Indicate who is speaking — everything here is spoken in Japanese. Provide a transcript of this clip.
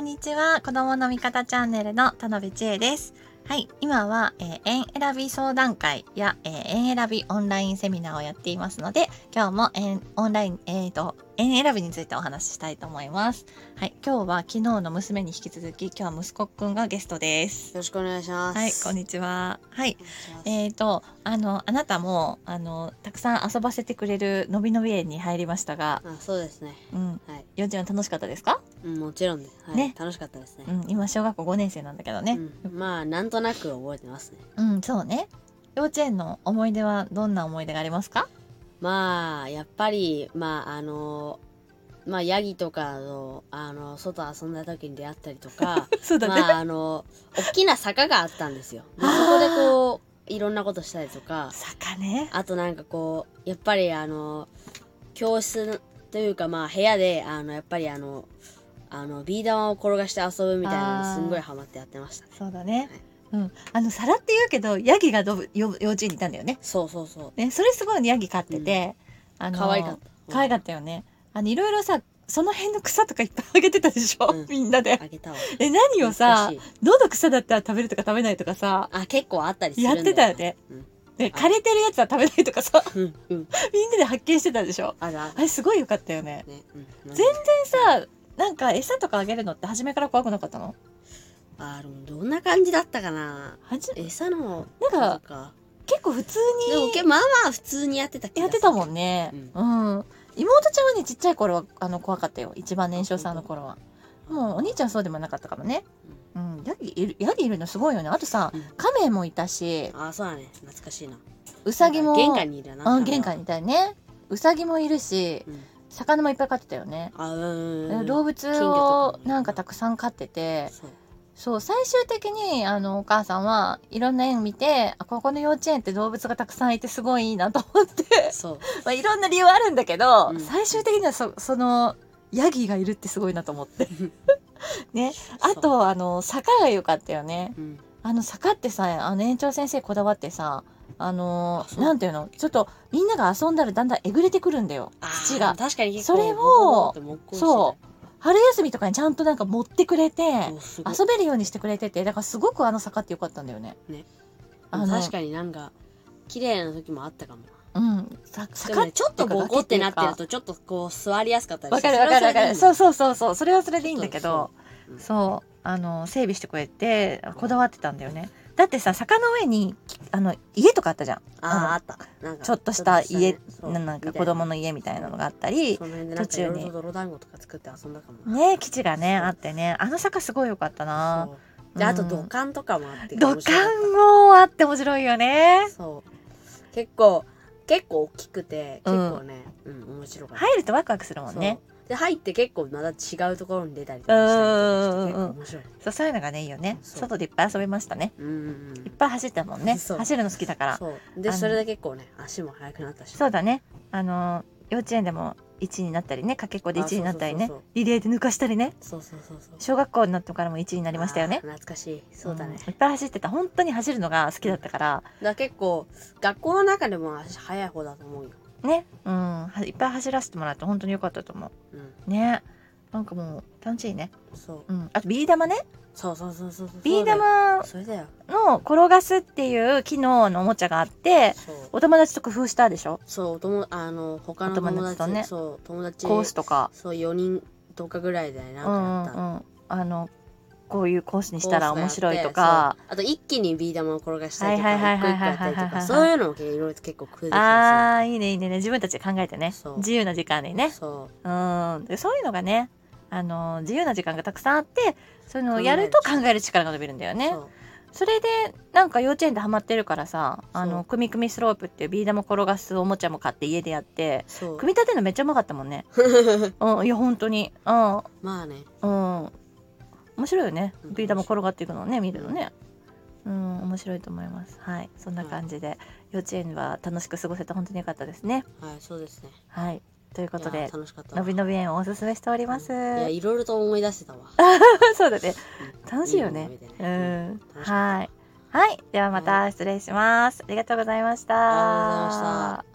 Speaker 1: んにちは。子供の味方チャンネルの田辺千恵です。はい、今は、えー、園選び相談会や、えー、園選びオンラインセミナーをやっていますので、今日も園オンライン、えーと、園選びについてお話ししたいと思います。はい、今日は昨日の娘に引き続き、今日は息子くんがゲストです。
Speaker 2: よろしくお願いします。
Speaker 1: はい、こんにちは。はい、えっ、ー、と、あの、あなたも、あの、たくさん遊ばせてくれるのびのび園に入りましたが。
Speaker 2: あ、そうですね。
Speaker 1: うん、はい、幼稚園楽しかったですか。
Speaker 2: うん、もちろんね。はい、ね、楽しかったですね。
Speaker 1: うん、今小学校五年生なんだけどね。
Speaker 2: うん、まあ、なんとなく覚えてますね。
Speaker 1: うん、そうね。幼稚園の思い出はどんな思い出がありますか。
Speaker 2: まあやっぱりまああのまあヤギとかのあの外遊んだ時に出会ったりとか
Speaker 1: そうだ、ね、
Speaker 2: まああの大きな坂があったんですよ。そこでこういろんなことしたりとか
Speaker 1: 坂ね
Speaker 2: あとなんかこうやっぱりあの教室というかまあ部屋であのやっぱりあのあのビー玉を転がして遊ぶみたいなのすんごいハマってやってました、ね、
Speaker 1: そうだね、はいうん、あの皿って言うけどヤギがど幼稚園にいたんだよね。。
Speaker 2: そうそうそう
Speaker 1: ね、それすごい、ね、ヤギ飼ってて、。
Speaker 2: うん、あの可愛かった
Speaker 1: 可愛かったよね。あのいろいろさその辺の草とかいっぱいあげてたでしょ、うん、みんなで。
Speaker 2: あげたわ。
Speaker 1: え何をさどの草だったら食べるとか食べないとかさ。
Speaker 2: あ結構あったりす
Speaker 1: るやってたよね。うんで枯れてるやつは食べないとかさ、うんうん、みんなで発見してたでしょああれすごいよかったよね、ね、全然さなんか餌とかあげるのって初めから怖くなかったの
Speaker 2: あどんな感じだったかな餌の
Speaker 1: なんか結構普通に
Speaker 2: でもまあまあ普通にやってた
Speaker 1: やってたもんね、うん、うん、妹ちゃんはねちっちゃい頃はあの怖かったよ一番年少さんの頃はもうお兄ちゃんそうでもなかったからね、うん、うん、ヤギいるヤギいるのすごいよねあとさ、うん、亀もいたし
Speaker 2: あそうだね懐かしいな
Speaker 1: うさぎも
Speaker 2: 玄関にいるな
Speaker 1: うん玄関にいたよねうさぎもいるし、魚もいっぱい飼ってたよね動物をなんかたくさん飼っててそう最終的にあのお母さんはいろんな園見てここの幼稚園って動物がたくさんいてすごいいいなと思って
Speaker 2: そう、
Speaker 1: まあ、いろんな理由はあるんだけど、うん、最終的にはそそのヤギがいるってすごいなと思ってねあとあの坂が良かったよね、うん、あの坂ってさあの園長先生こだわってさあのー、なんていうのちょっとみんなが遊んだらだんだんえぐれてくるんだよ土が
Speaker 2: 確かに
Speaker 1: それをそう春休みとかにちゃんとなんか持ってくれて遊べるようにしてくれててだからすごくあの坂ってよかったんだよね。
Speaker 2: ね確かになんか綺麗な時もあったかも。
Speaker 1: うん、
Speaker 2: さ坂、ね、ちょっとボコってなってるとちょっとこう座りやすかったり
Speaker 1: わかるわかるわかるそうそうそうそうそれはそれでいいんだけどそう,うん、そうあの整備してくれてこだわってたんだよねだってさ坂の上にあの家とかあったじゃん
Speaker 2: ああった
Speaker 1: ちょっとした家なんか子供の家みたいなのがあったり
Speaker 2: 途中に泥団子とか作って遊んだかも
Speaker 1: ね基地がねあってねあの坂すごい良かったな
Speaker 2: で、うん、あと土管とかもあって
Speaker 1: 土管もあって面白いよね
Speaker 2: そう結構結構大きくて結構ね、うん、うん、面白かった
Speaker 1: 入るとワクワクするもんね
Speaker 2: で入って結構また違うところに出たりとかしたりとかして、ね、
Speaker 1: そうそういうのがねいいよね外でいっぱい遊べましたねいっぱい走ったもんね走るの好きだから
Speaker 2: でそれで結構ね足も速くなったし
Speaker 1: そうだねあの幼稚園でも1になったりねかけっこで1になったりねリレーで抜かしたりね
Speaker 2: そうそうそうそう
Speaker 1: 小学校になってからも1になりましたよね
Speaker 2: 懐かしいそうだね、
Speaker 1: うん、いっぱい走ってた本当に走るのが好きだったから
Speaker 2: だ結構学校の中でも足速い方だと思うよ
Speaker 1: ねうんいっぱい走らせてもらって本当に良かったと思う、うん、ねなんかもう楽しいね、
Speaker 2: そう
Speaker 1: うん、あとビー玉ね
Speaker 2: そうそうそうそうそう
Speaker 1: ビー玉の転がすっていう機能のおもちゃがあってお友達と工夫したでしょ
Speaker 2: そうお友あの他の友達とねそう友達
Speaker 1: コースとか
Speaker 2: そう4人とかぐらいでなんかやった、うん、うん、
Speaker 1: あのこういうコースにしたら面白いとか
Speaker 2: あと一気にビー玉を転がしたりとか一個一個そういうのをいろいろ結構工夫できあ
Speaker 1: あいいねいいね自分たちで考えてね自由な時間でねそううんでそういうのがねあの自由な時間がたくさんあってそういうのをやると考える力が伸びるんだよね。それでなんか幼稚園でハマってるからさあの組み組みスロープっていうビー玉転がすおもちゃも買って家でやって組み立てるのめっちゃうまかったもん ね。うん、いや本当に。うん、ま
Speaker 2: あね。
Speaker 1: うん面白いよねビー玉転がっていくのね見るのねうん面白いと思いますはいそんな感じで、はい、幼稚園は楽しく過ごせて本当に良かったですね
Speaker 2: はいそうですね
Speaker 1: はいということでのびのび園をおすすめしておりますい
Speaker 2: やいろいろと思い出してたわ
Speaker 1: そうだね楽しいよね、ね、うん、うん、はいはいではまた失礼します、はい、ありがとうございました
Speaker 2: ありがとうございました